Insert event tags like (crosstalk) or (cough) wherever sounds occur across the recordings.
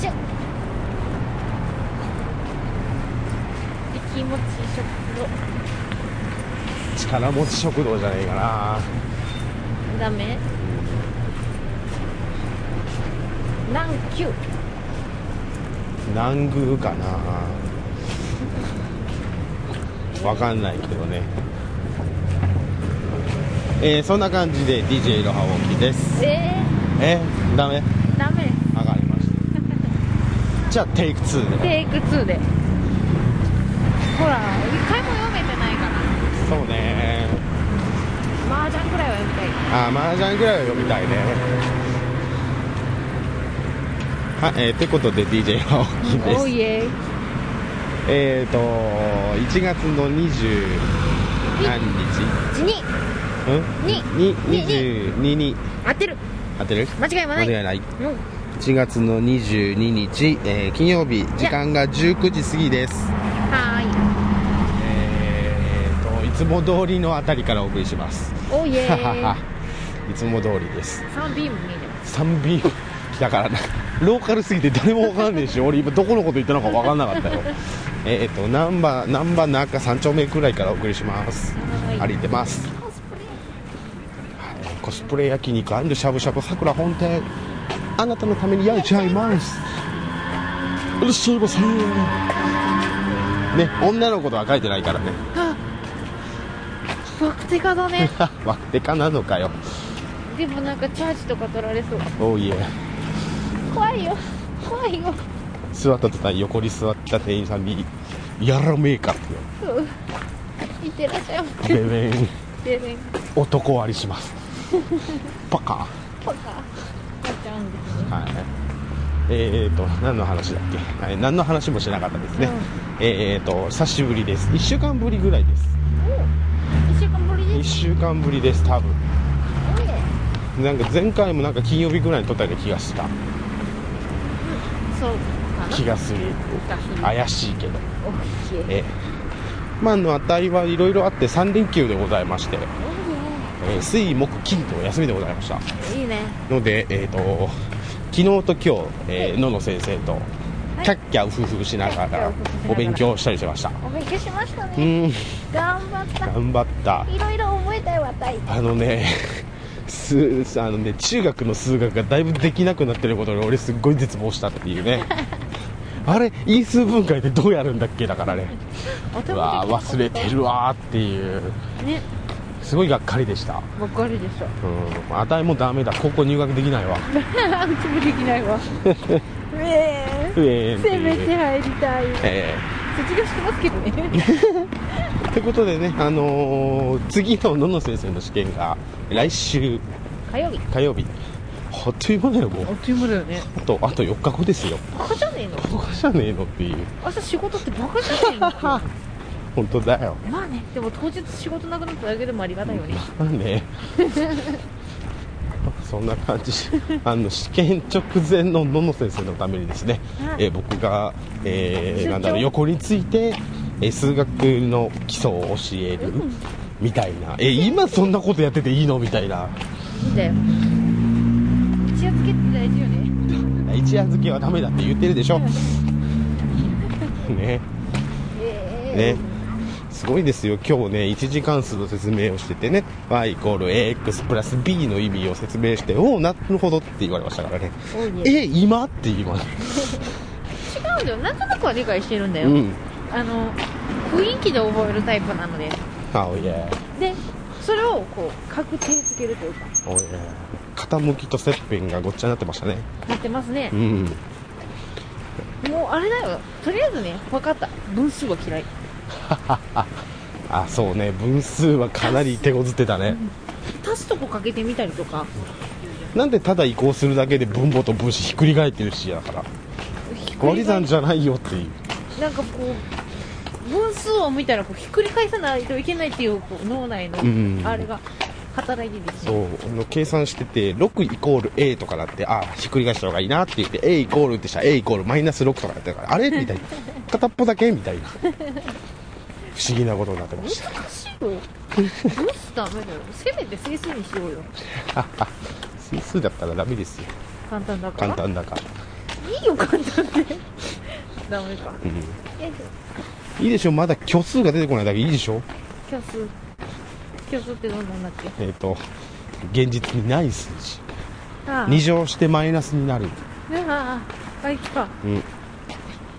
ちゃ駅持ち食力持ち食堂じゃないかな堂ダメ南急南宮かなわかんないけどねえーそんな感じで DJ いろはおきですええダメー、ダメ上がりました (laughs) じゃあテイク2でテイク2でほら一回も読めてないからそうね麻雀くらいは読みたいあー麻雀ぐらいは読みたいねはいえー、ってことで DJ はおきですおいええーと1月の20何日1にうんににに22に合ってる当てる間違いはない間違いないうん1月の22日、えー金曜日時間が19時過ぎですはえーといつも通りのあたりからお送りしますーいおいえいつも通りですサンビーム見えてまサンビームだからなローカルすぎて誰もわかんねえし俺今どこのこと言ったのかわかんなかったよえっと難波難波中3丁目くらいからお送りしますはーい歩いてますコ (laughs) スプレはいコスプレ焼肉しゃぶしゃぶさくら本店あなたのために焼いちゃいますいらっしゃいませね女の子とは書いてないからね (laughs) あバクテカだねわってかなのかよでもなんかチャージとか取られそうおいえ怖いよ怖いよ座った途端横に座った店員さんに「やらめえか」ってうんいってらっしゃいま「せべべんでね男割りし (laughs) ます」パカはパカなっちゃうんですねいえーと何の話だっけ、はい、何の話もしなかったですね、うんえーと久しぶりです1週間ぶりぐらいですお一週間ぶり1です週間ぶりです多分おいえなんか前回もなんか金曜日ぐらいに撮ったような気がしたそうかな気がする怪しいけどおいえええまああの値はいろいろあって3連休でございまして、えー水木金とお休みでございましたおいえいいねのでえっ、と昨日と今日、えー野野先生といキャッキャウフフしながキャッキャらウフフしながらお勉強したりしてましたお勉強しましたうねん頑張っ頑張ったたいろいろ覚えたよ私あのね数あのね中学の数学がだいぶできなくなってることに俺すっごい絶望したってい (laughs) うねあれ因数分解ってどうやるんだっけだからねうわー忘れてるわーっていうねすごいがっかりでしたわかるでしょうん値もダメだ高校入学できないわうちもできない (laughs) わねええーってせめていう入りたいえ卒業してますけどねーということでね、あのー次の野々先生の試験が来週火曜日火曜日あっという間だよもうあっという間だよねあとあと4日後ですよバカじゃねえのここじゃねえのっていう明日仕事ってバカじゃ (laughs) ねえの本当だよまあねでも当日仕事なくなっただけでもありがたいよねまあね (laughs) そんな感じあの試験直前の野々先生のためにですね、はいえー僕が、え出ー張なんだろう横について、えー数学の基礎を教えるみたいな、えー今そんなことやってていいのみたいないいんだよ一夜漬けって大事よね一夜漬けはダメだって言ってるでしょねえねすごいですよ今日ね1次関数の説明をしててね y イコール ax プラス b の意味を説明しておおなるほどって言われましたからねえ多いねえ今って言います違うんだよなんとなくは理解してるんだうよ、んあの雰囲気で覚えるタイプなのであおいえでそれをこう確定づけるというかおいえ傾きと切片がごっちゃになってましたねなってますねうんもうあれだよとりあえずね分かった分数は嫌いあそうね分数はかなり手こずってたね足すとこかけてみたりとかなんでただ移行するだけで分母と分子ひっくり返ってるしだから割り算じゃないよっていうなんかこう分数を見たらこうひっくり返さないといけないっていうこう脳内のうんあれが働いてですそうあの計算してて6イコール A とかだってあひっくり返した方がいいなって言って A イコールってしたら A イコールマイナス6とかだったからあれ (laughs) みたいな片っぽだけみたいな不思議なことになってました難しいよどうすダメだよせめて整数にしようよ数数だったらダメですよ簡単だから簡単だからいいよ簡単でダメかよいしうんいいでしょまだ虚数が出てこないだけいいでしょょ虚数虚数ってどんなんだっけえっ、と現実にない数字ああ2乗してマイナスになる、ああ倍かうん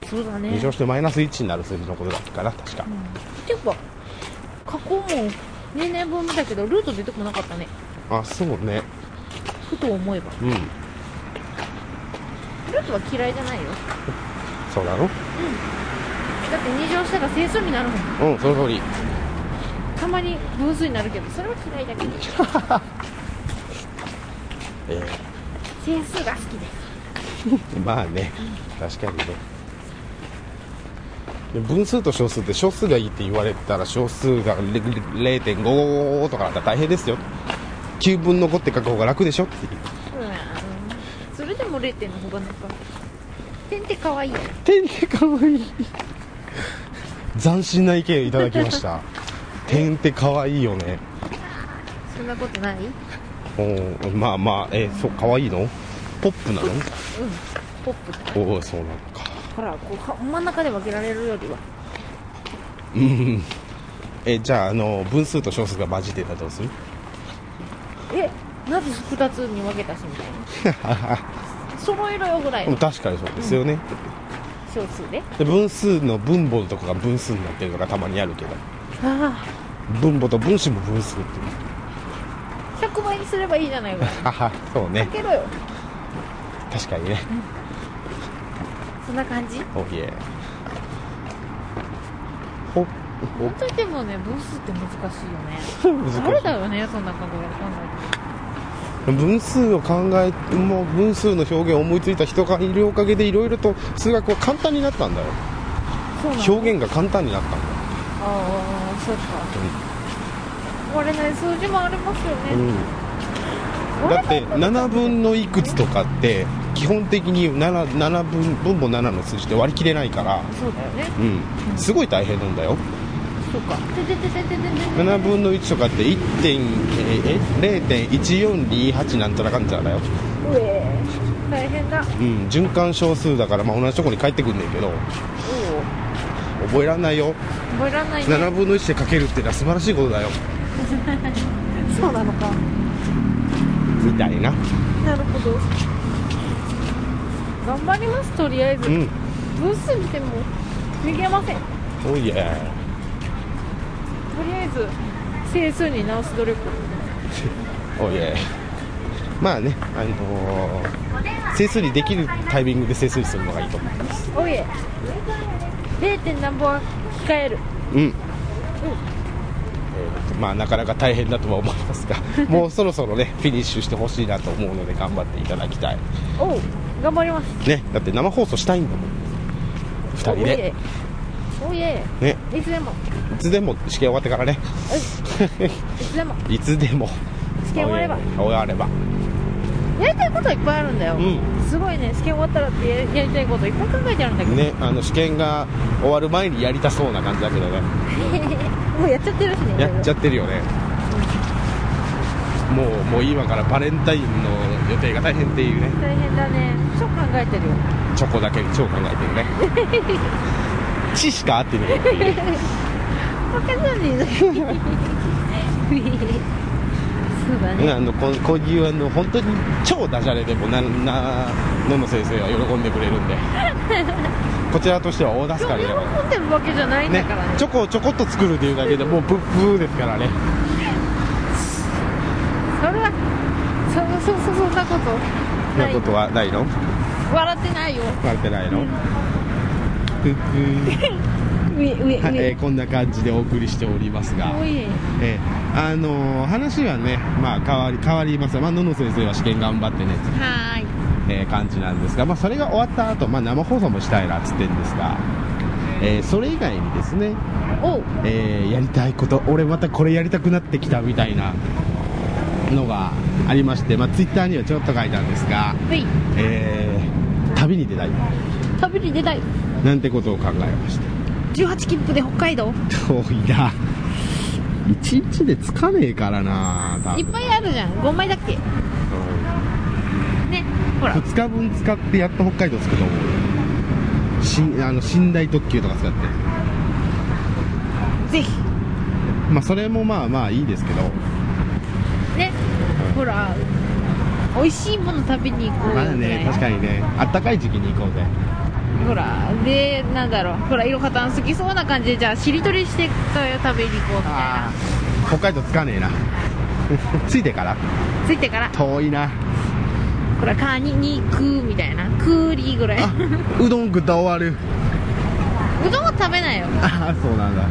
そうだね2乗してマイナス1になる数字のことだったかな確かていうか過去も年々分だけどルート出てこなかったねあそうねふと思えばうんルートは嫌いじゃないよだそうだろって二乗したら整数になるもんうんその通りたまに分数になるけどそれは嫌いだ (laughs) けどえ整数が好きですえ (laughs) まあね確かにねで分数と小数って小数がいいって言われたら小数がれれ0.5とかだったら大変ですよ9分の5って書く方が楽でしょっていううんそれでも0点の方がなんか点って可愛いよ点ってかわいい斬新な意見いただきました点ってかわいいよねそんなことないうんおおまあまあえそうかわいいのポップなのポップだおおそうなのかほらこうか真ん中で分けられるよりはうんえじゃああの分数と小数が混じってたらどうするえなぜ2つに分けたしみたい (laughs) な揃えろよぐらいの確かにそうですよね、小数でで分数の分母とかが分数になってるのがたまにあるけどあ分母と分子も分数っていうあ100倍にすればいいじゃない (laughs) かははそうね分けろよ確かにねそんな感じおいえほ本当にでもね分数って難しいよねお難しい誰だよねそんな考え考分数を考えもう分数の表現を思いついた人がいるおかげでいろいろと数学は簡単になったんだよえそうなの表現が簡単になったんだああそうか割れない数字もありますようね、んだって7分のいくつとかって基本的に 7, 7分分母7の数字って割り切れないから、そうだよねうん、すごい大変なんだよそうかててててててて7分の1とかって1点ええ0.1428なんちゃらかんちゃらだよ、うえ大変だうん、循環小数だから、まあ、同じとこに帰ってくんねんけどおお覚えらんないよ覚えらんないね7分の1でかけるってのは素晴らしいことだよそうなのかみたいななるほど頑張りますとりあえず、うん分数見ても逃げませんとおいえりあえず整数に直す努力おいえまあねあのー整数にできるタイミングで整数にするのがいいと思うおいえ 0. 点何ぼは控えるうん、えーとまあなかなか大変だとは思いますがもうそろそろねフィニッシュしてほしいなと思うので頑張っていただきたいおう頑張りますねだって生放送したいんだもん2人おいでえおいえねいつで (laughs) もいつでも試験終わってからねいつでもいつでも試験終われば終わればやりたいことはいっぱいあるんだよ、うすごいね試験終わったらってややりたいこといっぱい考えてあるんだけど、ねあの試験が終わる前にやりたそうな感じだけどね (laughs) もうやっちゃってるしねやっちゃゃってるよねもうもう今からバレンタインの予定が大変っていうね大変だね超考えてるよチョコだけ超考えてる (laughs) ね血しか合ってないっていうねバカじゃねえの (laughs) そうだね (laughs) あのこうこういうあの本当に超ダジャレでもなな野々先生は喜んでくれるんでこちらとしては大助今かり日でござい喜んでまるわけじゃないすんねだからねチョコをちょこっと作るっていうだけでもうブッブーですからねそれはそそそそんなことそんなないことはないの笑ってないよ笑ってないのブッブー上上はいえ上ーこんな感じでお送りしておりますがおいええーあのー話はね、まあ、変わり変わりますが、まあ、のの先生は試験頑張ってねって、はーいえー感じなんですが、まあ、それが終わった後、まあ生放送もしたいなっつってんですが、えーそれ以外にですね、おうえーやりたいこと俺またこれやりたくなってきたみたいなのがありまして、まあ、ツイッターにはちょっと書いたんですが、はいえー旅に出たい旅に出たいなんてことを考えました18切符で北海道遠いな1日でつかねえからな多分いっぱいあるじゃん5枚だっけうんねほ (laughs) ら2日分使ってやっと北海道着くと思うしあの寝台特急とか使ってぜひまあそれもまあまあいいですけどねほら美味しいもの食べに行こうよまだね確かにねあったかい時期に行こうぜほらでなんだろうほらいろはたん好きそうな感じでじゃあしりとりしてから食べに行こうみたいあなー北海道着かねえな (laughs) 着いてからついてから遠いなほらカニ肉みたいなクーリーぐらい (laughs) あううどん食った終わるどんは食べないよああそうなんだ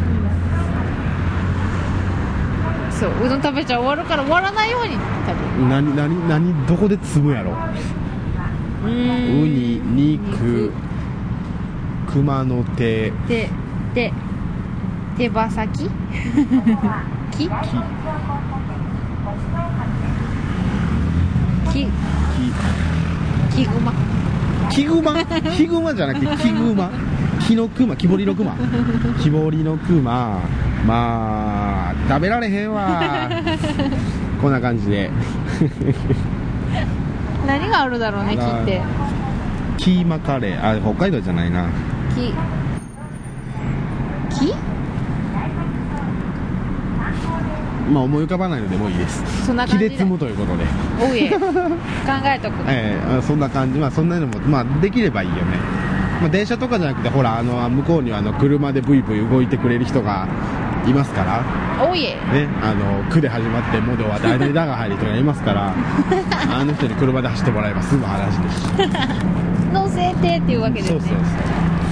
そううどん食べちゃ終わるから終わらないように食何何何どこで積むやろべるうウーんニ肉熊の手でで手羽 (laughs) 先木木木グマ木グ (laughs) マ木グマじゃなくて木グマ木の熊木彫りの (laughs) 熊木彫りの熊まあ食べられへ (laughs) んわこんな感じで何があるだろうね木なってキーマカレーあ北海道じゃないな木木まあ思い浮かばないのでもういいですそんな木感じでで積むということで、おいえ考えとくえーそんな感じまあそんなのもまあできればいいよね、まあ、電車とかじゃなくてほらあの向こうにはあの車でブイブイ動いてくれる人がいますからおいえね、あの区で始まってモで終わって間に「だ」が入る人がいますから (laughs) あの人に車で走ってもらえば済む話です乗せてっていうわけですそうねそう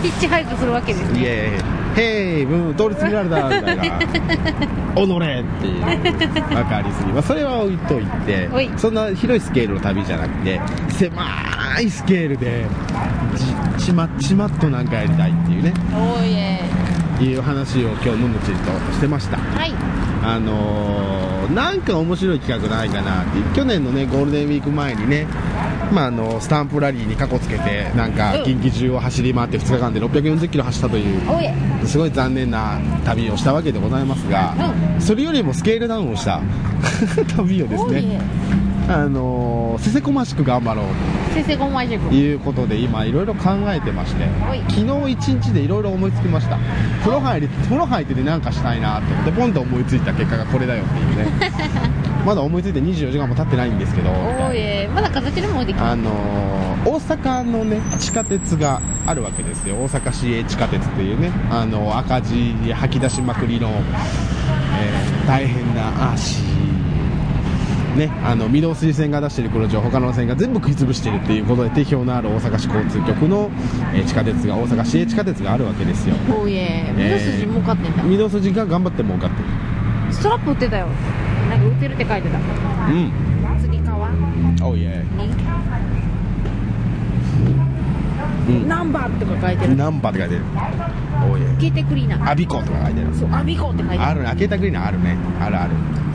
ヒッチハイクするわけですそうイねエーイ「へいうん通り過ぎられた」みたいな「おのれ!」っていう分かりすぎ、まあ、それは置いといておいそんな広いスケールの旅じゃなくて狭いスケールでじちまちまっとなんかやりたいっていうねおいえいう話を今日のむちりとしてましたはいあのーなんか面白い企画ないかなっていう去年のねゴールデンウィーク前にね、まあ、あのスタンプラリーにかこつけてなんうかん近畿中を走り回って2日間で640キロ走ったというおいえすごい残念な旅をしたわけでございますが、それよりもスケールダウンをした (laughs) 旅をですおいえね、あのーせせこましく頑張ろう先生ごまじゅということで今いろいろ考えてましておい昨日一日でいろいろ思いつきました風呂入り風呂入ってで何かしたいなと思ってポンと思いついた結果がこれだよっていうね (laughs) まだ思いついて24時間も経ってないんですけどみおたいいなえまだ形でもできないあのー大阪のね地下鉄があるわけですよ大阪市営地下鉄っていうねあの赤字に吐き出しまくりの、えー大変な足ね、あの御堂筋線が出している黒潮他の路線が全部食い潰しているっていうことで定評のある大阪市交通局の、えー地下鉄が大阪市営地下鉄があるわけですよおいえ目筋儲かってんだ御堂筋が頑張って儲かってるストラップ売ってたよなんか売ってるって書いてたうん釣り革においえうんナンバーとか書いてるナンバーって書いてるおいえケーテクリーナーアビコとか書いてるそうアビコって書いてあるるね、開けたくりなあるね、あるある、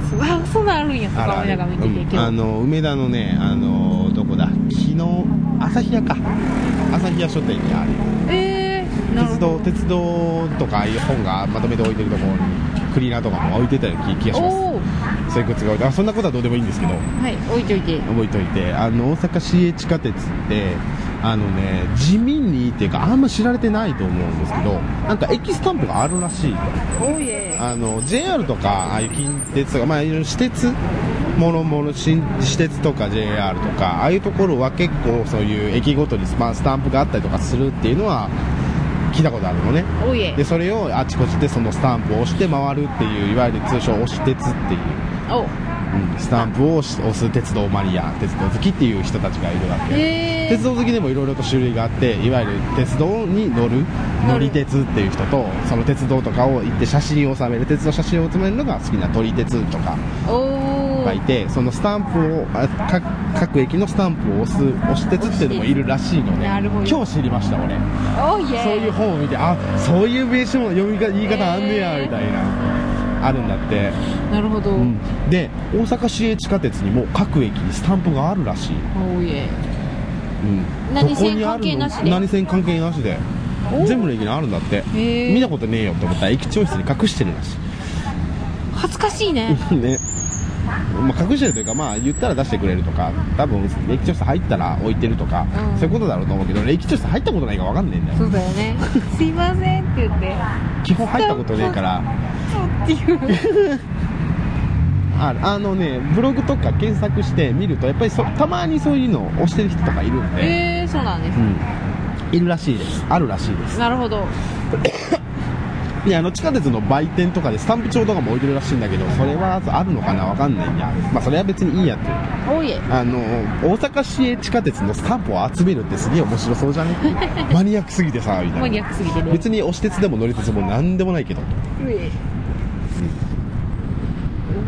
そうあそんなんあるんやとあるかあ思いながら見ててる、うん、今あ日の梅田のね、あのどこだ、昨日旭屋か、旭屋書店にある、えーなる鉄ほど道鉄道とかああいう本がまとめて置いてるところに、クリーナーとかも置いてたような気気がしまおおす、そういう靴が置いてあ、そんなことはどうでもいいんですけど、はい置いといて覚えておいて、あの大阪市営地下鉄って、あのね、地味にっていうか、あんま知られてないと思うんですけど、なんか駅スタンプがあるらしい。おいえあの JR とかああいう近鉄とか、まあ、いろいろ私鉄もろもろ新私鉄とか JR とかああいうところは結構そういう駅ごとにスパスタンプがあったりとかするっていうのは聞いたことあるのねおいえでそれをあちこちでそのスタンプを押して回るっていういわゆる通称押し鉄っていう、おうんスタンプを押し押す鉄道マニア鉄道好きっていう人たちがいるわけへえ鉄道好きでもいろいろと種類があっていわゆる鉄道に乗る乗り鉄っていう人とその鉄道とかを行って写真を収める鉄道写真を収めるのが好きな撮り鉄とかおおがいてそのスタンプをあか各駅のスタンプを押す押し鉄っていうのもいるらしいのでなるほど今日知りました俺おいえそういう本を見てあそういう名称の読みが言い方あんねやへーみたいなあるんだって、なるほどうんで大阪市営地下鉄にも各駅にスタンプがあるらしいおいえうん何どこに線あ関る係のなしで何線関係なしでお全部の駅にあるんだってへー見たことねえよと思ったら駅長室に隠してるらし (laughs) 恥ずかしいねいねまあ、隠してるというか、まあ、言ったら出してくれるとか多分歴史調査入ったら置いてるとか、うんそういうことだろうと思うけど歴史調査入ったことないから分かんねえんだよそうだよねすいませんって言って基本入ったことねえからそうっていうああのねブログとか検索して見るとやっぱりそたまにそういうのを押してる人とかいるんで、 (laughs) えー、そうなんでうんいるらしいですあるらしいですすなるほどであの地下鉄の売店とかでスタンプ帳とかも置いてるらしいんだけどそれはあるのかな分かんないやまあそれは別にいいやっておいえあの大阪市営地下鉄のスタンプを集めるってすげえ面白そうじゃね (laughs) マニアックすぎてさみたマいニなアックすぎてね別に押し鉄でも乗り鉄も何でもないけどうえ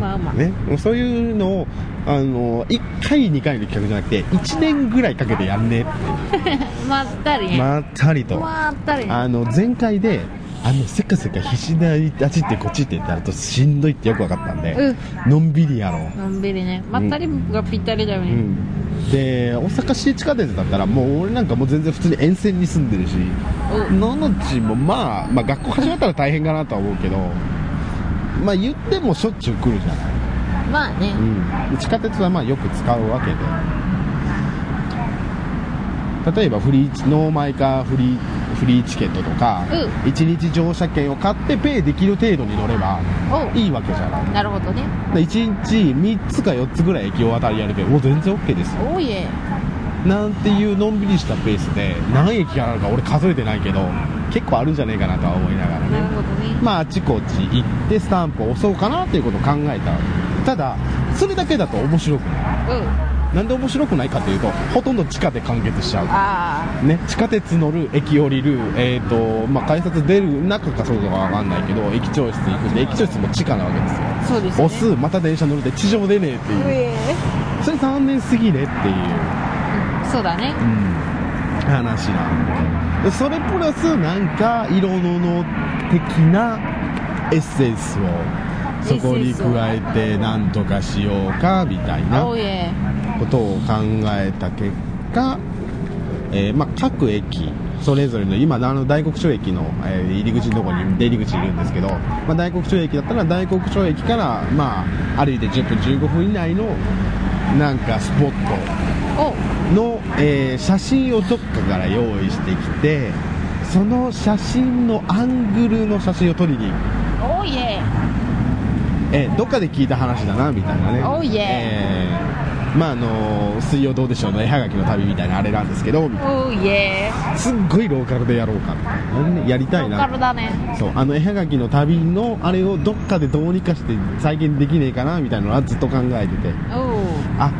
うまうまねそういうのをあの1回2回の企画じゃなくて1年ぐらいかけてやんねまったりねまったりとまったりねあの前回であのせかせか必死であっち行ってこっち行ってってやるとしんどいってよく分かったんで、のんびりやろうのんびりねまったりがぴったりだよね、で大阪市営地下鉄だったらもう俺なんかもう全然普通に沿線に住んでるしうんののちもまあ、まあ、学校始まったら大変かなとは思うけどまあ言ってもしょっちゅう来るじゃない、まあね、うん、地下鉄はまあよく使うわけで例えばフリーノーマイかフリーフリーチケットとか、う一1日乗車券を買ってペイできる程度に乗ればおいいわけじゃないなるほどね1日3つか4つぐらい駅を渡り歩けばもう全然 OK ですよおいえなんていうのんびりしたペースで何駅かなんか俺数えてないけど結構あるんじゃねえかなとは思いながらなるねほどねまああちこち行ってスタンプを押そうかなっていうことを考えたただそれだけだと面白くないうんなんで面白くないかというとほとんど地下で完結しちゃうあね、地下鉄乗る駅降りる、えーとまあ、改札出る中かそうかわかんないけど駅長室行くんで駅長室も地下なわけですよあそうですね押すまた電車乗るで地上出ねえってういうえそれ残念すぎねっていううんそうだね話なんでそれプラスなんか色のの的なエッセンスをそこに加えてなんとかしようかみたいなおいえことを考えた結果、えーまあ、各駅それぞれの今あの大黒町駅の、えー入り口のところに出入り口いるんですけど、まあ、大黒町駅だったら大黒町駅から、まあ、歩いて10分15分以内のなんかスポットおの、えー写真をどっかから用意してきてその写真のアングルの写真を撮りに行く、おいええーどっかで聞いた話だなみたいなね Oh yeah えーまああのー水曜どうでしょう」の絵はがきの旅みたいなあれなんですけどおいえすっごいローカルでやろうかみたいなねやりたいローカなルだねそうあの絵はがきの旅のあれをどっかでどうにかして再現できねえかなみたいなのはずっと考えてておうあ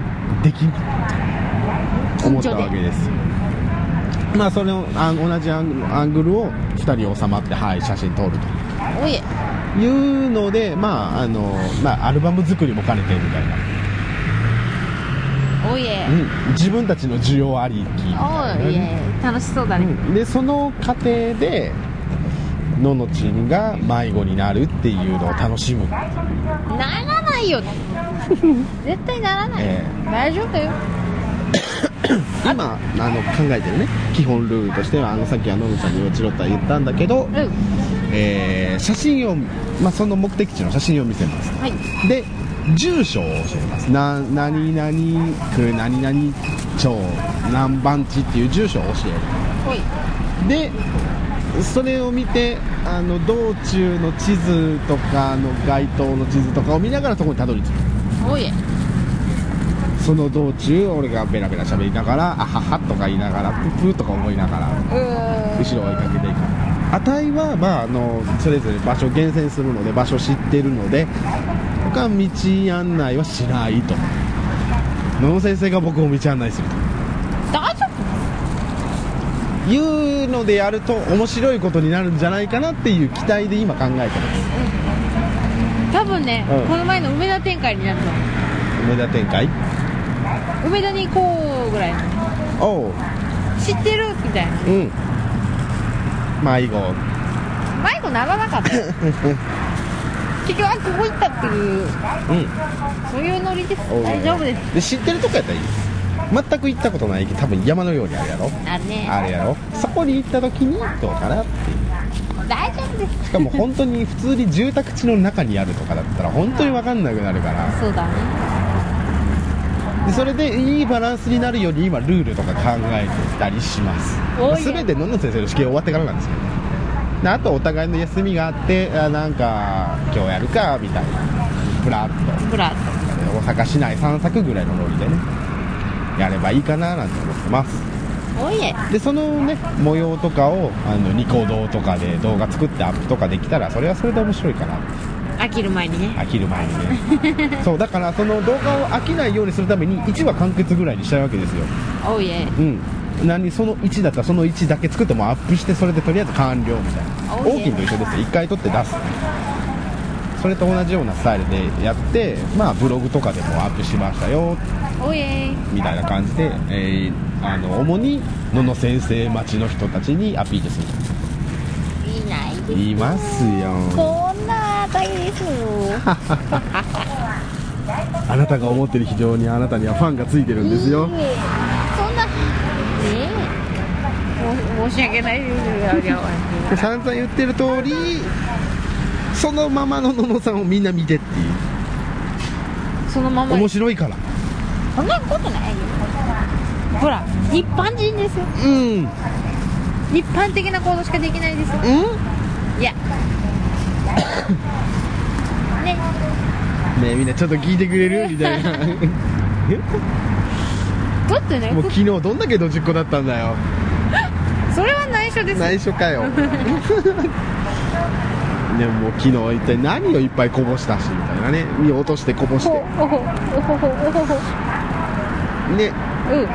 できんと思ったわけですまあそれをあ同じアングルアングルを2人収まってはい写真撮るとおいえいうのでまああの、まあ、アルバム作りも兼ねてみたいな、おいえうん、自分たちの需要ありきみたいなおねいえ楽しそうだうね、んでその過程でののちんが迷子になるっていうのを楽しむっていうならない (laughs) よ絶対ならない、え大丈夫だよ今あの考えてるね基本ルールとしてはあのさっきはののちゃんに落ちろとは言ったんだけど、うんえー写真を、まあ、その目的地の写真を見せますはいで住所を教えますな何々区何々町何番地っていう住所を教おいえるでそれを見てあの道中の地図とかの街灯の地図とかを見ながらそこにたどり着くおいえその道中俺がベラベラ喋りながら「あはは」とか言いながら「プー」とか思いながらうー後ろ追いかけていく値は、まあ、あのそれぞれ場所厳選するので場所知ってるので他道案内はしないと野野先生が僕を道案内する大丈夫というのでやると面白いことになるんじゃないかなっていう期待で今考えてます多分ね、うんこの前の梅田展開になるの梅田展開梅田に行こうぐらいのおう知ってるみたいなうん迷子迷子ならなかった (laughs) 結局あここ行ったっていううんそういうノリですおう大丈夫ですで知ってるとこやったらいい全く行ったことない多分山のようにあるやろあるねあれやろそこに行った時にどうかなっていう大丈夫ですしかも本当に普通に住宅地の中にあるとかだったら本当に分かんなくなるからそうだねでそれでいいバランスになるように今ルールとか考えてたりしますおい全て野々先生の試験終わってからなんですけどねであとお互いの休みがあってあなんか今日やるかみたいなブラッとブラッと大阪市内散策ぐらいのノリでねやればいいかななんて思ってますおいえでそのね模様とかをあのニコ動とかで動画作ってアップとかできたらそれはそれで面白いかな飽きる前にね飽きる前にね (laughs) そうだからその動画を飽きないようにするために1話完結ぐらいにしたいわけですよおいえうん何その1だったらその1だけ作ってもうアップしてそれでとりあえず完了みたいなあ OK 大きいと一緒ですよ1回撮って出すそれと同じようなスタイルでやってまあブログとかでもアップしましたよおいえみたいな感じで、えーあの主に野々先生町の人たちにアピールするいないですいますよこんな値です (laughs) よあなたが思ってる非常にあなたにはファンがついてるんですよいいえそんなええも申し訳ないですよで散々言ってる通りそのままの野々さんをみんな見てっていうそのまま面白いからそんなことないよほら一般人ですようんうん一般的な行動しかできないですよいやねねえみんなちょっと聞いてくれ (laughs) るみたいなだってねもう昨日どんだけドジっ子だったんだよそれは内緒です内緒か (laughs) よでももう昨日一体何をいっぱいこぼしたしみたいなね見落としてこぼしてほおほおほほおほほねうん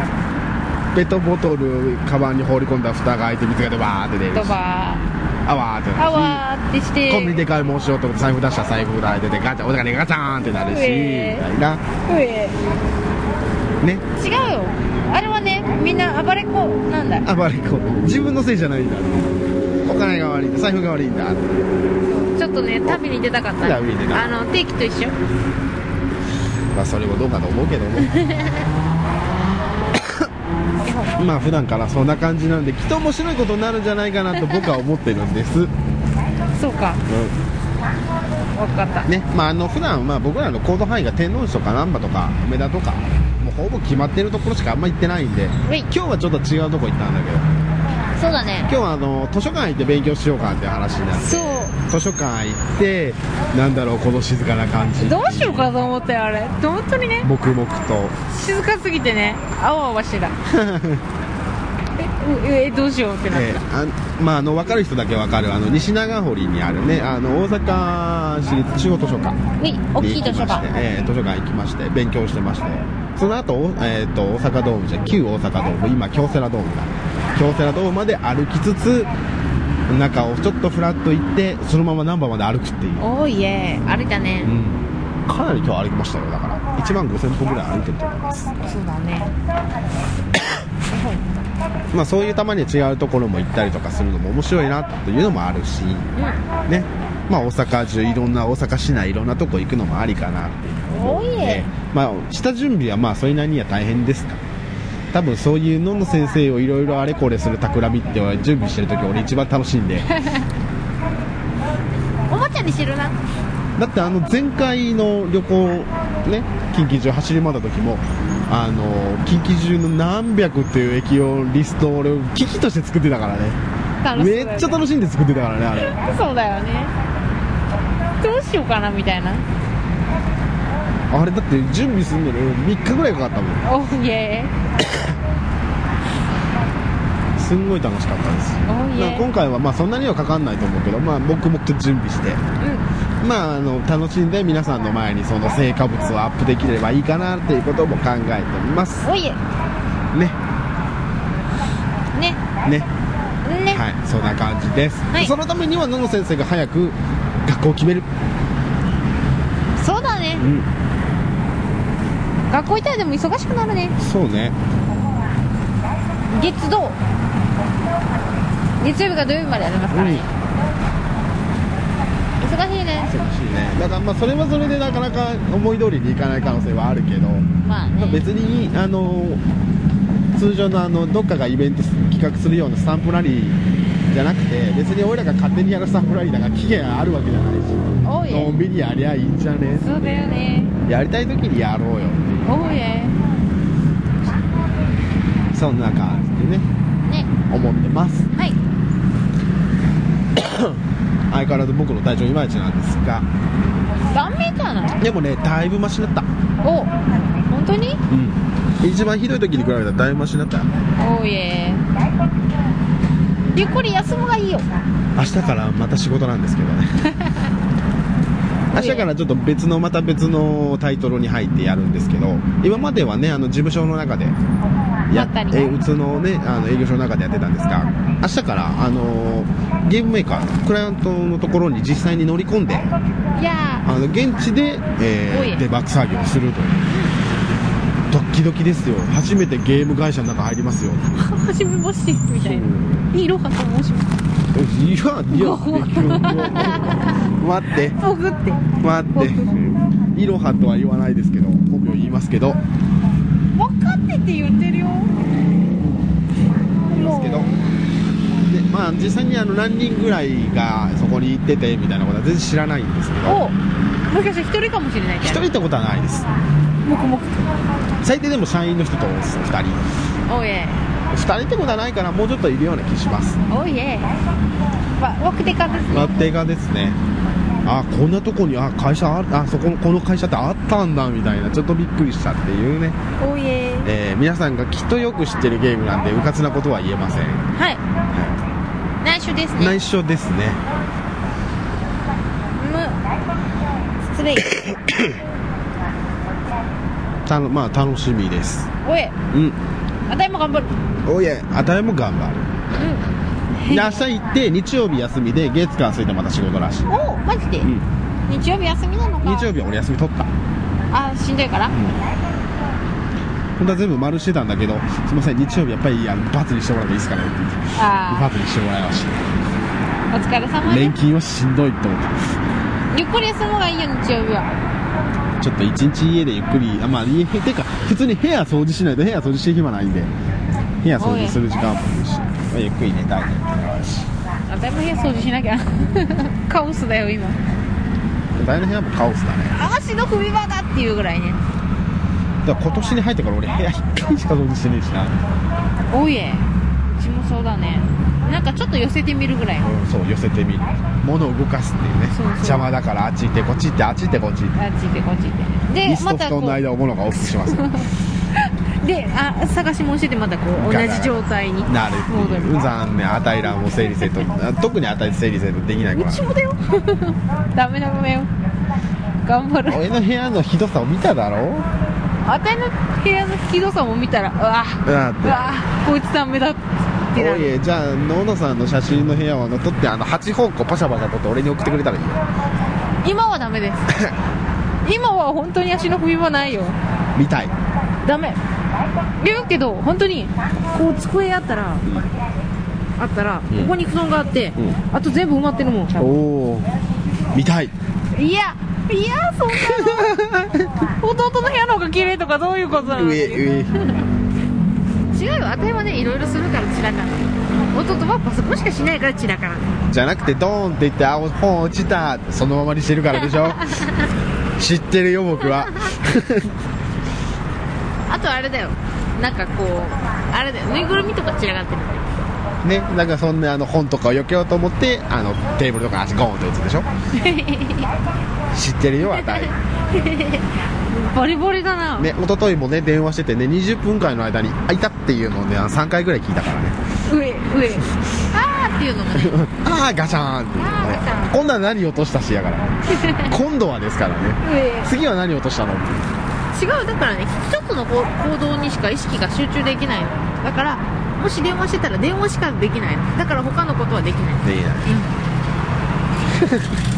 ペットボトルカバンに放り込んだ蓋が開いて水がドバーって出るドしバあわーってーあなるわーってしてしコンビニで買い物しようと思って財布出したら財布が開いててガチャお金がガチャーンってなるうしみえたいなうえね違うよあれはねみんな暴れっ子なんだあまりこう自分のせいじゃないんだお金が悪いんだ財布が悪いんだちょっとね旅に出たかった旅に出たあの定期と一緒まあそれもどうかと思うけどもまあ普段からそんな感じなんできっと面白いことになるんじゃないかなと僕は思ってるんです、うんそうかわかったねまあ、あの普段まあ僕らの行動範囲が天王寺とか難波とか梅田とかもうほぼ決まってるところしかあんま行ってないんではい今日はちょっと違うとこ行ったんだけどそうだね今日はあの図書館行って勉強しようかって話になってそう図書館行ってなんだろうこの静かな感じどうしようかと思ったよあれ本当にね黙々と静かすぎてねあわあわして (laughs) たえうえどうしようってなった、えーあまあ、あの分かる人だけ分かるあの西長堀にあるねあの大阪市立中央図書館に大きい図書館に行きましてえー図書館行きまして勉強してましてその後、おえー、と大阪ドームじゃ旧大阪ドーム今京セラドームだ京セラドームまで歩きつつ中をちょっとフラッと行ってそのまま難波まで歩くっていう、おーいえ歩いたねう、ん、かなり今日歩きましたよだから1万5000歩ぐらい歩いてると思いますそうだねまあそういうたまに違うところも行ったりとかするのも面白いなというのもあるしうねまあ、大阪中いろんな大阪市内いろんなとこ行くのもありかなっていうのを思うのおいえで、まあ、下準備はまあそれなりには大変ですか多分そういうのの先生をいろいろあれこれする企みって準備してる時俺一番楽しい (laughs) んでんおもちゃにしてるなだってあの前回の旅行ね近畿中走り回った時もあの近畿中の何百っていう駅をリストを俺機器として作ってたからね楽しそうめだよねっちゃ楽しんで作ってたからねあれそうだよねどうしようかなみたいなあれだって準備するのに俺3日ぐらいかかったもんおーいえすんごい楽しかったですおーいまあえ今回はまあそんなにはかかんないと思うけど、まあ、黙々と準備して、うまあ、あの楽しんで皆さんの前にその成果物をアップできればいいかなっていうことも考えておりますんおいえねねねね、はいそんな感じです、はいそのためには野々先生が早く学校を決める、そうだねうん、学校行ったらでも忙しくなるねそうね月土月曜日か土曜日までやりますからね、忙しいね忙しいねだからまあそれはそれでなかなか思い通りにいかない可能性はあるけど、まあね、まあ別にあの通常のあのどっかがイベント企画するようなスタンプラリーじゃなくて別に俺らが勝手にやるサプライだから期限あるわけじゃないしおいのえんびりやりゃいいんじゃねそうだよねやりたい時にやろうよおいえそんな感じでねね思ってますはい相変わらず僕の体調いまいちなんですがダメじゃないでもねだいぶマシだったお本当にうん一番ひどい時に比べたらだいぶマシになったよおいえゆっくり休むがいいよ明日からまた仕事なんですけど (laughs) ね明日からちょっと別のまた別のタイトルに入ってやるんですけど今まではねあの事務所の中でややったりえうちのねあの営業所の中でやってたんですが明日からあのーゲームメーカークライアントのところに実際に乗り込んでいやあの現地で、えおいー、デバッグ作業をするというドッキドキですよ初めてゲーム会社の中入りますよー初めましてみたいないろはと申します (laughs) いやいや待って僕って待っていろはとは言わないですけど本名言いますけど分かってって言ってるよ言いますけどでまあ実際にあの何人ぐらいがそこに行っててみたいなことは全然知らないんですけどおもしかして一人かもしれないじ一ゃん人ってことはないです黙々最低でも社員の人と2人とおいえ2人ってことはないからもうちょっといるような気しますおいえわ枠でかですねラテがですねあこんなとこにあ会社ああそここの会社ってあったんだみたいなちょっとびっくりしたっていうね、おいええー皆さんがきっとよく知ってるゲームなんでうかつなことは言えませんはい内緒ですね内緒ですねむ失礼たのまあ楽しみですおいえうんあたいも頑張るおいえあたいも頑張うるで明日行って日曜日休みで月火水でまた仕事らしい、んおマジで、うん、日曜日休みなのか日曜日は俺休み取ったあしんどいから本当は全部丸してたんだけどすいません日曜日やっぱりあのバツにしてもらっていいですかねって言ってバあツにしてもらいましーお疲れた様で連す勤はしんどいと思ってゆっくり休むがいいよ日曜日はちょっと一日家でゆっくりあまあ家てか普通に部屋掃除しないと部屋掃除してる暇ないんで部屋掃除する時間もあるし、まあ、ゆっくり寝たいあたいも部屋掃除しなきゃ (laughs) カオスだよ今大の部屋もカオスだね足の踏み場だっていうぐらいねだから今年に入ってから俺部屋1回しか掃除してねえしなおいえうちもそうだねなんかちょっと寄せてみるぐらいうんそう寄せてみる物を動かすっていうねそうそう邪魔だからあっち行ってこっち行ってあっち行ってこっち行ってあっち行ってこっち行って椅で子まとた布こ団のう間を物が往復 (laughs) しますであ探し物しててまたこう同じ状態になる戻るうん残念あたいらも整理整頓あ特にあたい整理整頓できないかうちもだよ (laughs) ダメダメよ頑張るら俺の部屋のひどさを見ただろあたいの部屋のひどさも見たらうわだうってわこいつダメだってなおいるえじゃあ野々さんの写真の部屋は撮ってあの8方向パシャパシャ撮って俺に送ってくれたらいいよ今はダメです (laughs) 今は本当に足の踏み場ないよ見たいダメ言うけど本当にこう机あったら、あったら、うんここに布団があって、うんあと全部埋まってるもんおお見たいいやいやそんなの (laughs) 弟の部屋の方が綺麗とかどういうことなの上上違うよあたいはねいろいろするから散らかんの弟はパソコンしかしないから散らからんのじゃなくてドーンって言ってあ本落ちたそのままにしてるからで (laughs) しょ知ってるよ僕はあとあれだよなんかこうあれだよぬいぐるみとか散らかってるねなんかそんなあの本とかを避けようと思ってあのテーブルとか足ゴーンって打つ (laughs) でしょ知ってるよあたいボリボリだな、ね一昨日もね電話しててね20分間の間に「あいた」っていうのをね3回ぐらい聞いたからね (laughs) 上上 (laughs) あーっていうのがねああガシャーンっていうあーガシャーねン今度は何落としたしやから (laughs) 今度はですからね次は何落としたの上違うだからね一つのこう行動にしか意識が集中できないのだからもし電話してたら電話しかできないのだから他のことはできないでいない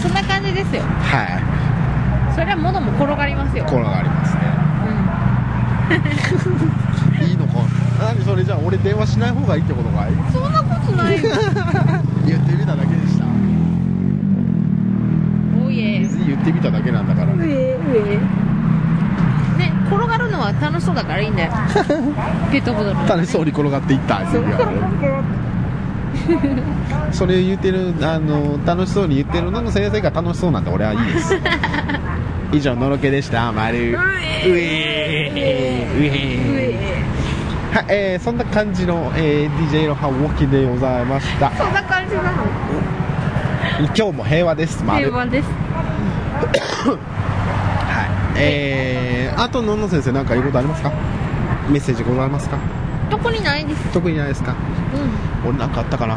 そんな感じですよはいそれは物も転がりますよ、コロナがありますねういいのかな何それじゃあ俺電話しない方がいいってことかいん、そんなことない (laughs) よ言ってみただけでしたおいえ別に言ってみただけなんだからね上上ね転がるのは楽しそうだ (laughs) からいいんだよペットボトル楽しそうに転がっていったってそう言うからねそれ言ってるあの楽しそうに言ってるのも先生が楽しそうなんで俺はいいです (laughs) 以上のろけでした丸うえーうえーうえーはい、えー、そんな感じの、えー、DJ のハウォキでございましたそんな感じなの今日も平和です丸定番ですはいえー、あとのんの先生何か言うことありますかメッセージございますか特にないです特にないですかうん俺なんかあったかな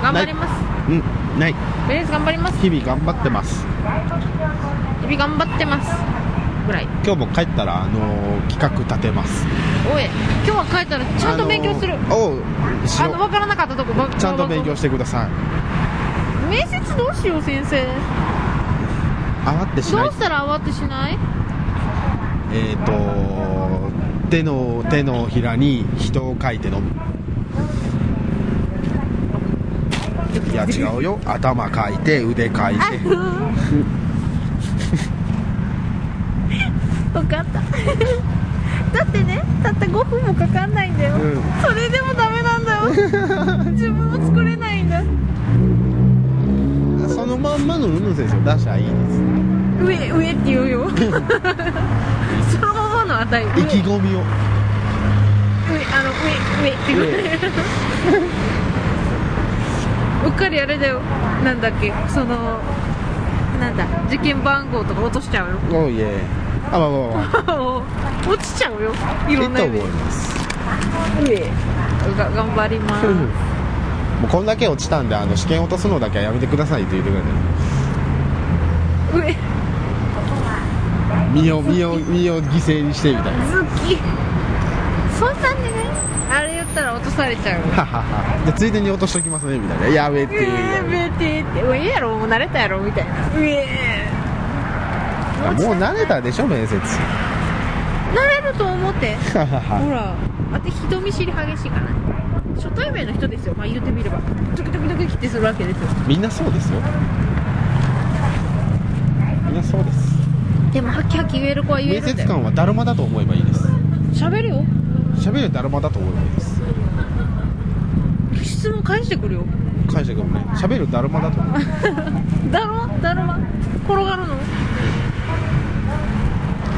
頑張りますうんないとりあえず頑張ります日々頑張ってます日々頑張ってますぐらい今日も帰ったら、あのー、企画立てますおい今日は帰ったらちゃんと勉強する、あのーおうしあよの分からなかったとこばうちゃんと勉強してください面接どうしよう先生あってしなどいうしたら慌てしないえっ、ー、と手の手のひらに人を書いて飲むいや違うよ頭書いて腕書いあて分かった (laughs) だってねたった5分もかかんないんだよ、うんそれでもダメなんだよ (laughs) 自分も作れないんだそのまんまのルヌ先生を出したらいいです上上って言う (laughs) よそのままの値上意気込みを (laughs) 上あの上上って言ううっかりあれだよなんだっけそのなんだ受験番号とか落としちゃうよ (laughs) おいえあまあまあまあ落ちちゃうよいいいろんなと意味思いでますが頑張ります (laughs) もうこんだけ落ちたんであの試験落とすのだけはやめてくださいって言ってくださ上い身を身を身を犠牲にしてみたいな好きそんなんでねあれ言ったら落とされちゃうよはははでついでに落としときますねみたいなやめて上べてって上やろもう慣れたやろみたいな上もう慣れたでしょ面接慣れると思ってはははほら、あて人見知り激しいから初対面の人ですよ、まあ、言ってみればドキドキドキってするわけですよみんなそうですよみんなそうですでもはきはき言える子は言え面るんだ接よ官はだるまだと思えばいいです喋るよ喋るだるまだと思えばいいです質問返してくるよ返してくるね喋るだるまだと思うだろだるま転がるの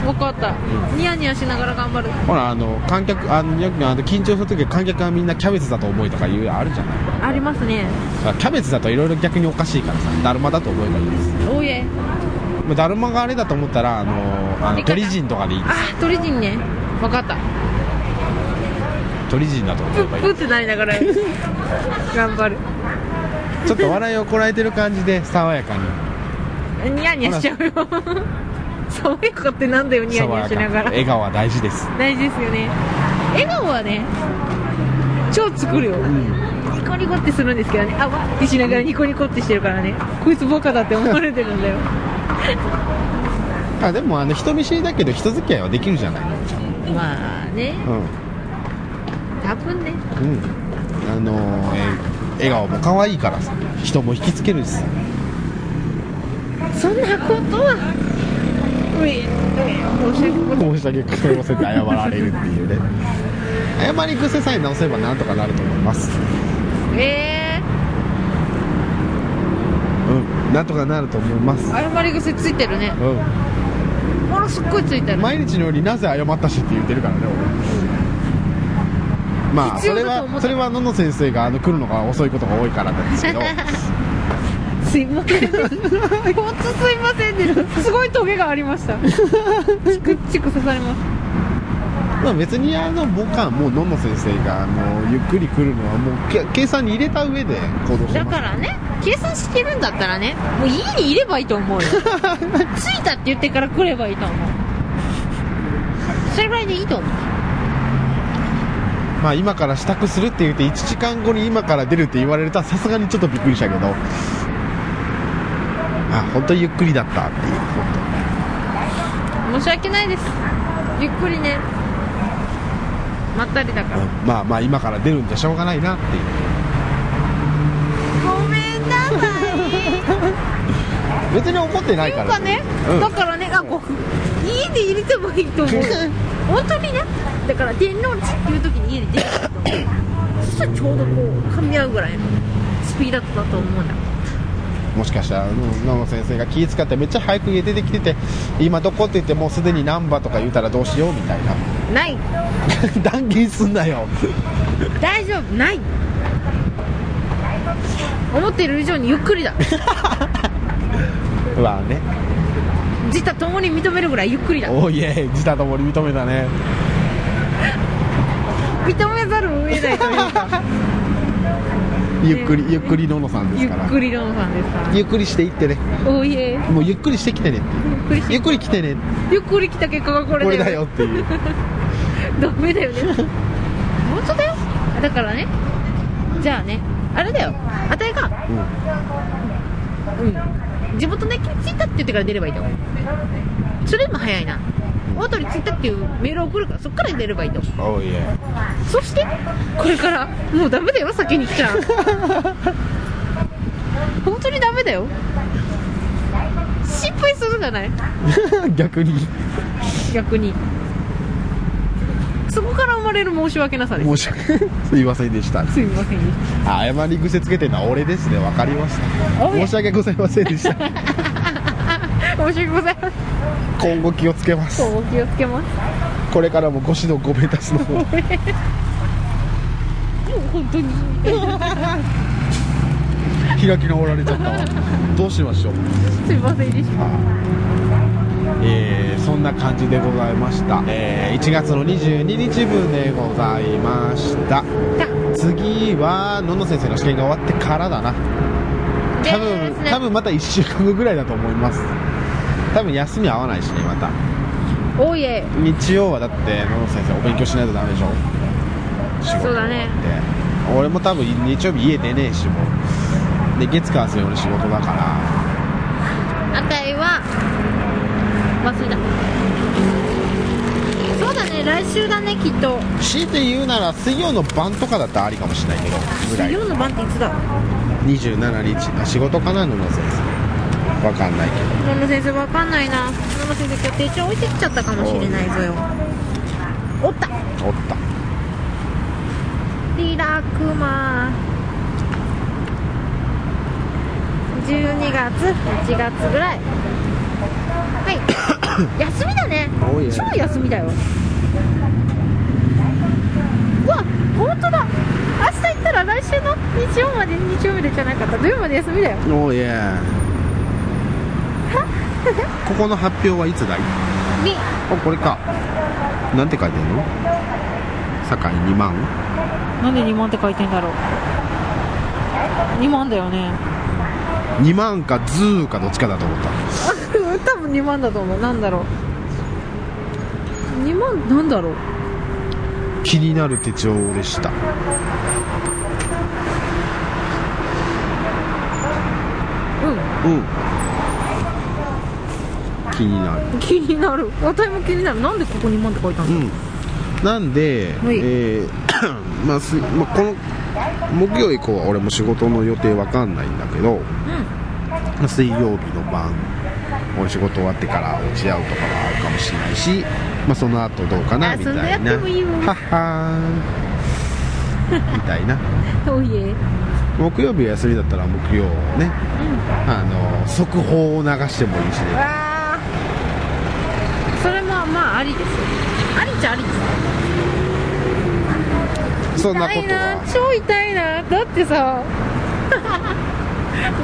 分かったニヤニヤしながら頑張るほらあの観客あのよくあの緊張するとき観客はみんなキャベツだと思いとか言うあるじゃないありますねあキャベツだといろいろ逆におかしいからさだるまだと思えばいいですおいえまあだるまがあれだと思ったらあのあの理科だ鳥人とかでいいですあ鳥人ね分かった鳥人だと思プえばッいプっいてなりながら頑張るちょっと笑いをこらえてる感じで爽やかにニヤニヤしちゃうよ (laughs) 爽やかってなんだよニヤニヤしながら笑顔は大事です大事ですよね笑顔はね超作るよ、ニコニコってするんですけどねあわってしながらニコニコってしてるからねこいつバカだって思われてるんだよあでもあの人見知りだけど人付き合いはできるじゃないまあねうん多分ねうん、あのーえ笑顔も可愛いからさ人も引きつけるしさそんなことはうえうえ申し訳ございま申し訳ございませんって謝られるっていうね謝り癖さえ直せばなんとかなると思いますせんえうんなんとかなると思いますー、謝り癖ついてるねうものすっごいついてるん毎日のようになぜ謝ったしって言ってるからね俺まあ必そ要れだと思はったそれはのの先生があの来るのが遅いことが多いからなんです (laughs) けどすいませんでした (laughs) ほんとすいませんでしたすごいトゲがありましたチクチク刺されますまあ別にあの僕はもうのの先生がもうゆっくり来るのはもうけ計算に入れた上で行動してだますからね計算してるんだったらねもう家にいればいいと思うよ (laughs) 着いたって言ってから来ればいいと思うそれぐらいでいいと思うまあ、今から支度するって言って1時間後に今から出るって言われるとさすがにちょっとびっくりしたけどあ本当にゆっくりだったっていう申し訳ないですゆっくりねまったりだからうんまあまあ今から出るんじゃしょうがないなっていうごめんなさ別に怒ってないいっていかうからね、うんだからねあこう家で入れてもいいと思う本当にねだから天皇地っていう時に家に出ると思うそしたらちょうどこう噛み合うぐらいのスピードだったと思うんだもしかしたらうん野野先生が気使ってめっちゃ早く家出てきてて今どこって言ってもうすでに難波とか言うたらどうしようみたいな (laughs) ない断言すんなよ大丈夫ない思ってる以上にゆっくりだまあね自他ともに認めるぐらいゆっくりだおいえ自他ともに認めたね認めざるを得ないというかゆっくりゆっくり野野さんでゆすっからくりロンさんですからゆっくりしていってねおいえもうゆっくりしてきてねってゆっくりしゆっくり来てねゆっくり来た結果がここれだよれだよっていうダメだよね本当だよだからねじゃあねあれだよあたいがうんうん地元ね着いたって言ってから出ればいいと思うそれも早いな大鳥着いたっていうメールを送るからそっから出ればいいと思おいえうそしてこれからもうダメだよ先に来ち (laughs) ゃう本当にダメだよ心配するじゃない (laughs) 逆に逆にそこから生まれる申し訳なさです申し訳すいませんでしたすみませんでしたあ謝り癖つけてるのは俺ですねわかりましたおい申し訳ございませんでした (laughs) 申し訳ございません今後気をつけます今後気をつけますこれからもご指導ごべんた (laughs) すの方をもう本当に開き直られちゃったわ (laughs) どうしましょうすみませんでしえーそんな感じでございました、えー1月の22日分でございましたた次はのの先生の試験が終わってからだな多分多分また1週間後ぐらいだと思います多分休み合わないしねまたおいえ日曜はだって野々先生お勉強しないとダメでしょ仕事そうだね終わって俺も多分日曜日家出ねえしもうで月火水俺仕事だからあたいは忘れたそうだね来週だねきっと強いて言うなら水曜の晩とかだったらありかもしれないけどぐらいの晩っていつだ27日あ仕事かな野々先生わかんないけど野々先生わかんないな野々先生今日手帳置いてきちゃったかもしれないぞよおったおったリラクマ12月1月ぐらいはい (coughs) 休みだね多いね超休みだようわ本当だ明日行ったら来週の日曜まで日曜までじゃなかった土曜まで休みだよおいえここの発表はいつだいにあこれかなんて書いてんの酒井2万なんで2万って書いてんだろう2万だよね2万かズーかどっちかだと思った (laughs) 多分2万だと思うなんだろう2万なんだろう気になる手帳でしたうんうん気になる気になる私も気になるなんでここに万って書いたんうだ、んなんで、はいえー (coughs) まあすまあこの木曜以降は俺も仕事の予定わかんないんだけどまあ水曜日の晩俺仕事終わってから落ち合うとかはあるかもしれないし、まあ、その後どうかなあみたいそんななやってもいいよはっは (laughs) ーみたいな (laughs) うん、おいえ木曜日休みだったら木曜ねうんあの速報を流してもいいしねあーそれもまあありですよありっちゃありですそんな痛こいとなは超痛いなだってさ (laughs)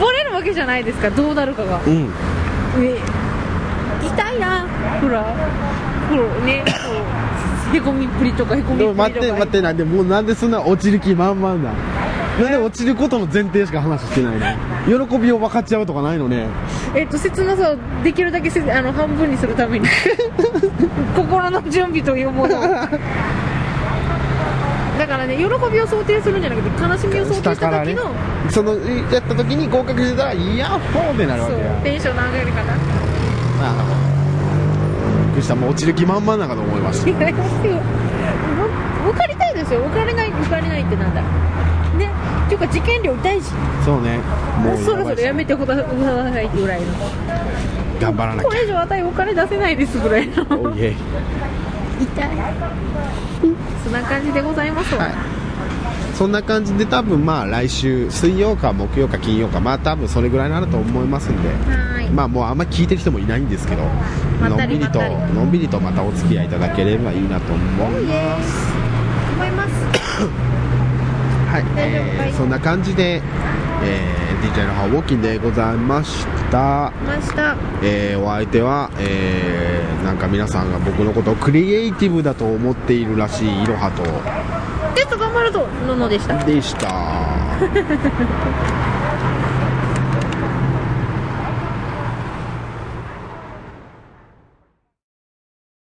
ボレるわけじゃないですかどうなるかがうんえ痛いなほらほらねこうへこみっぷりとかへこみっぷでりもとか待って待ってなんでもうなんでそんな落ちる気満々だなんで落ちることの前提しか話してないの喜びを分かっちゃうとかないのねえっと切なさをできるだけせあの半分にするため (laughs) に心の準備というもの (laughs) をだからね喜びを想定するんじゃなくて悲しみを想定した時の、そのやった時に合格してたらヤッホーってなるそわけうやテンションの上がり方びっくりしたもう落ちる気満々なんかと思い (laughs) ました受かりたいですよ受かれない受かれないってなんだねっていうか受験料痛いしそうねもうそろそろやめててくださいってぐらいの頑張らなきこれ以上私お金出せないですぐらい (laughs) のゃおいえい痛いそんな感じでございますわ、はいそんな感じで多分まあ来週水曜か木曜か金曜かまあ多分それぐらいになると思いますんではいまあもうあんま聞いてる人もいないんですけどまのたんびりりとまたりのんびりとまたお付き合いいただければいいなと思います思いますはい、大丈夫はいえーそんな感じで、えー DJ のハウォーキンでございました、ましたえーお相手は、えーなんか皆さんが僕のことをクリエイティブだと思っているらしいいろはとテスト頑張るぞののでしたでした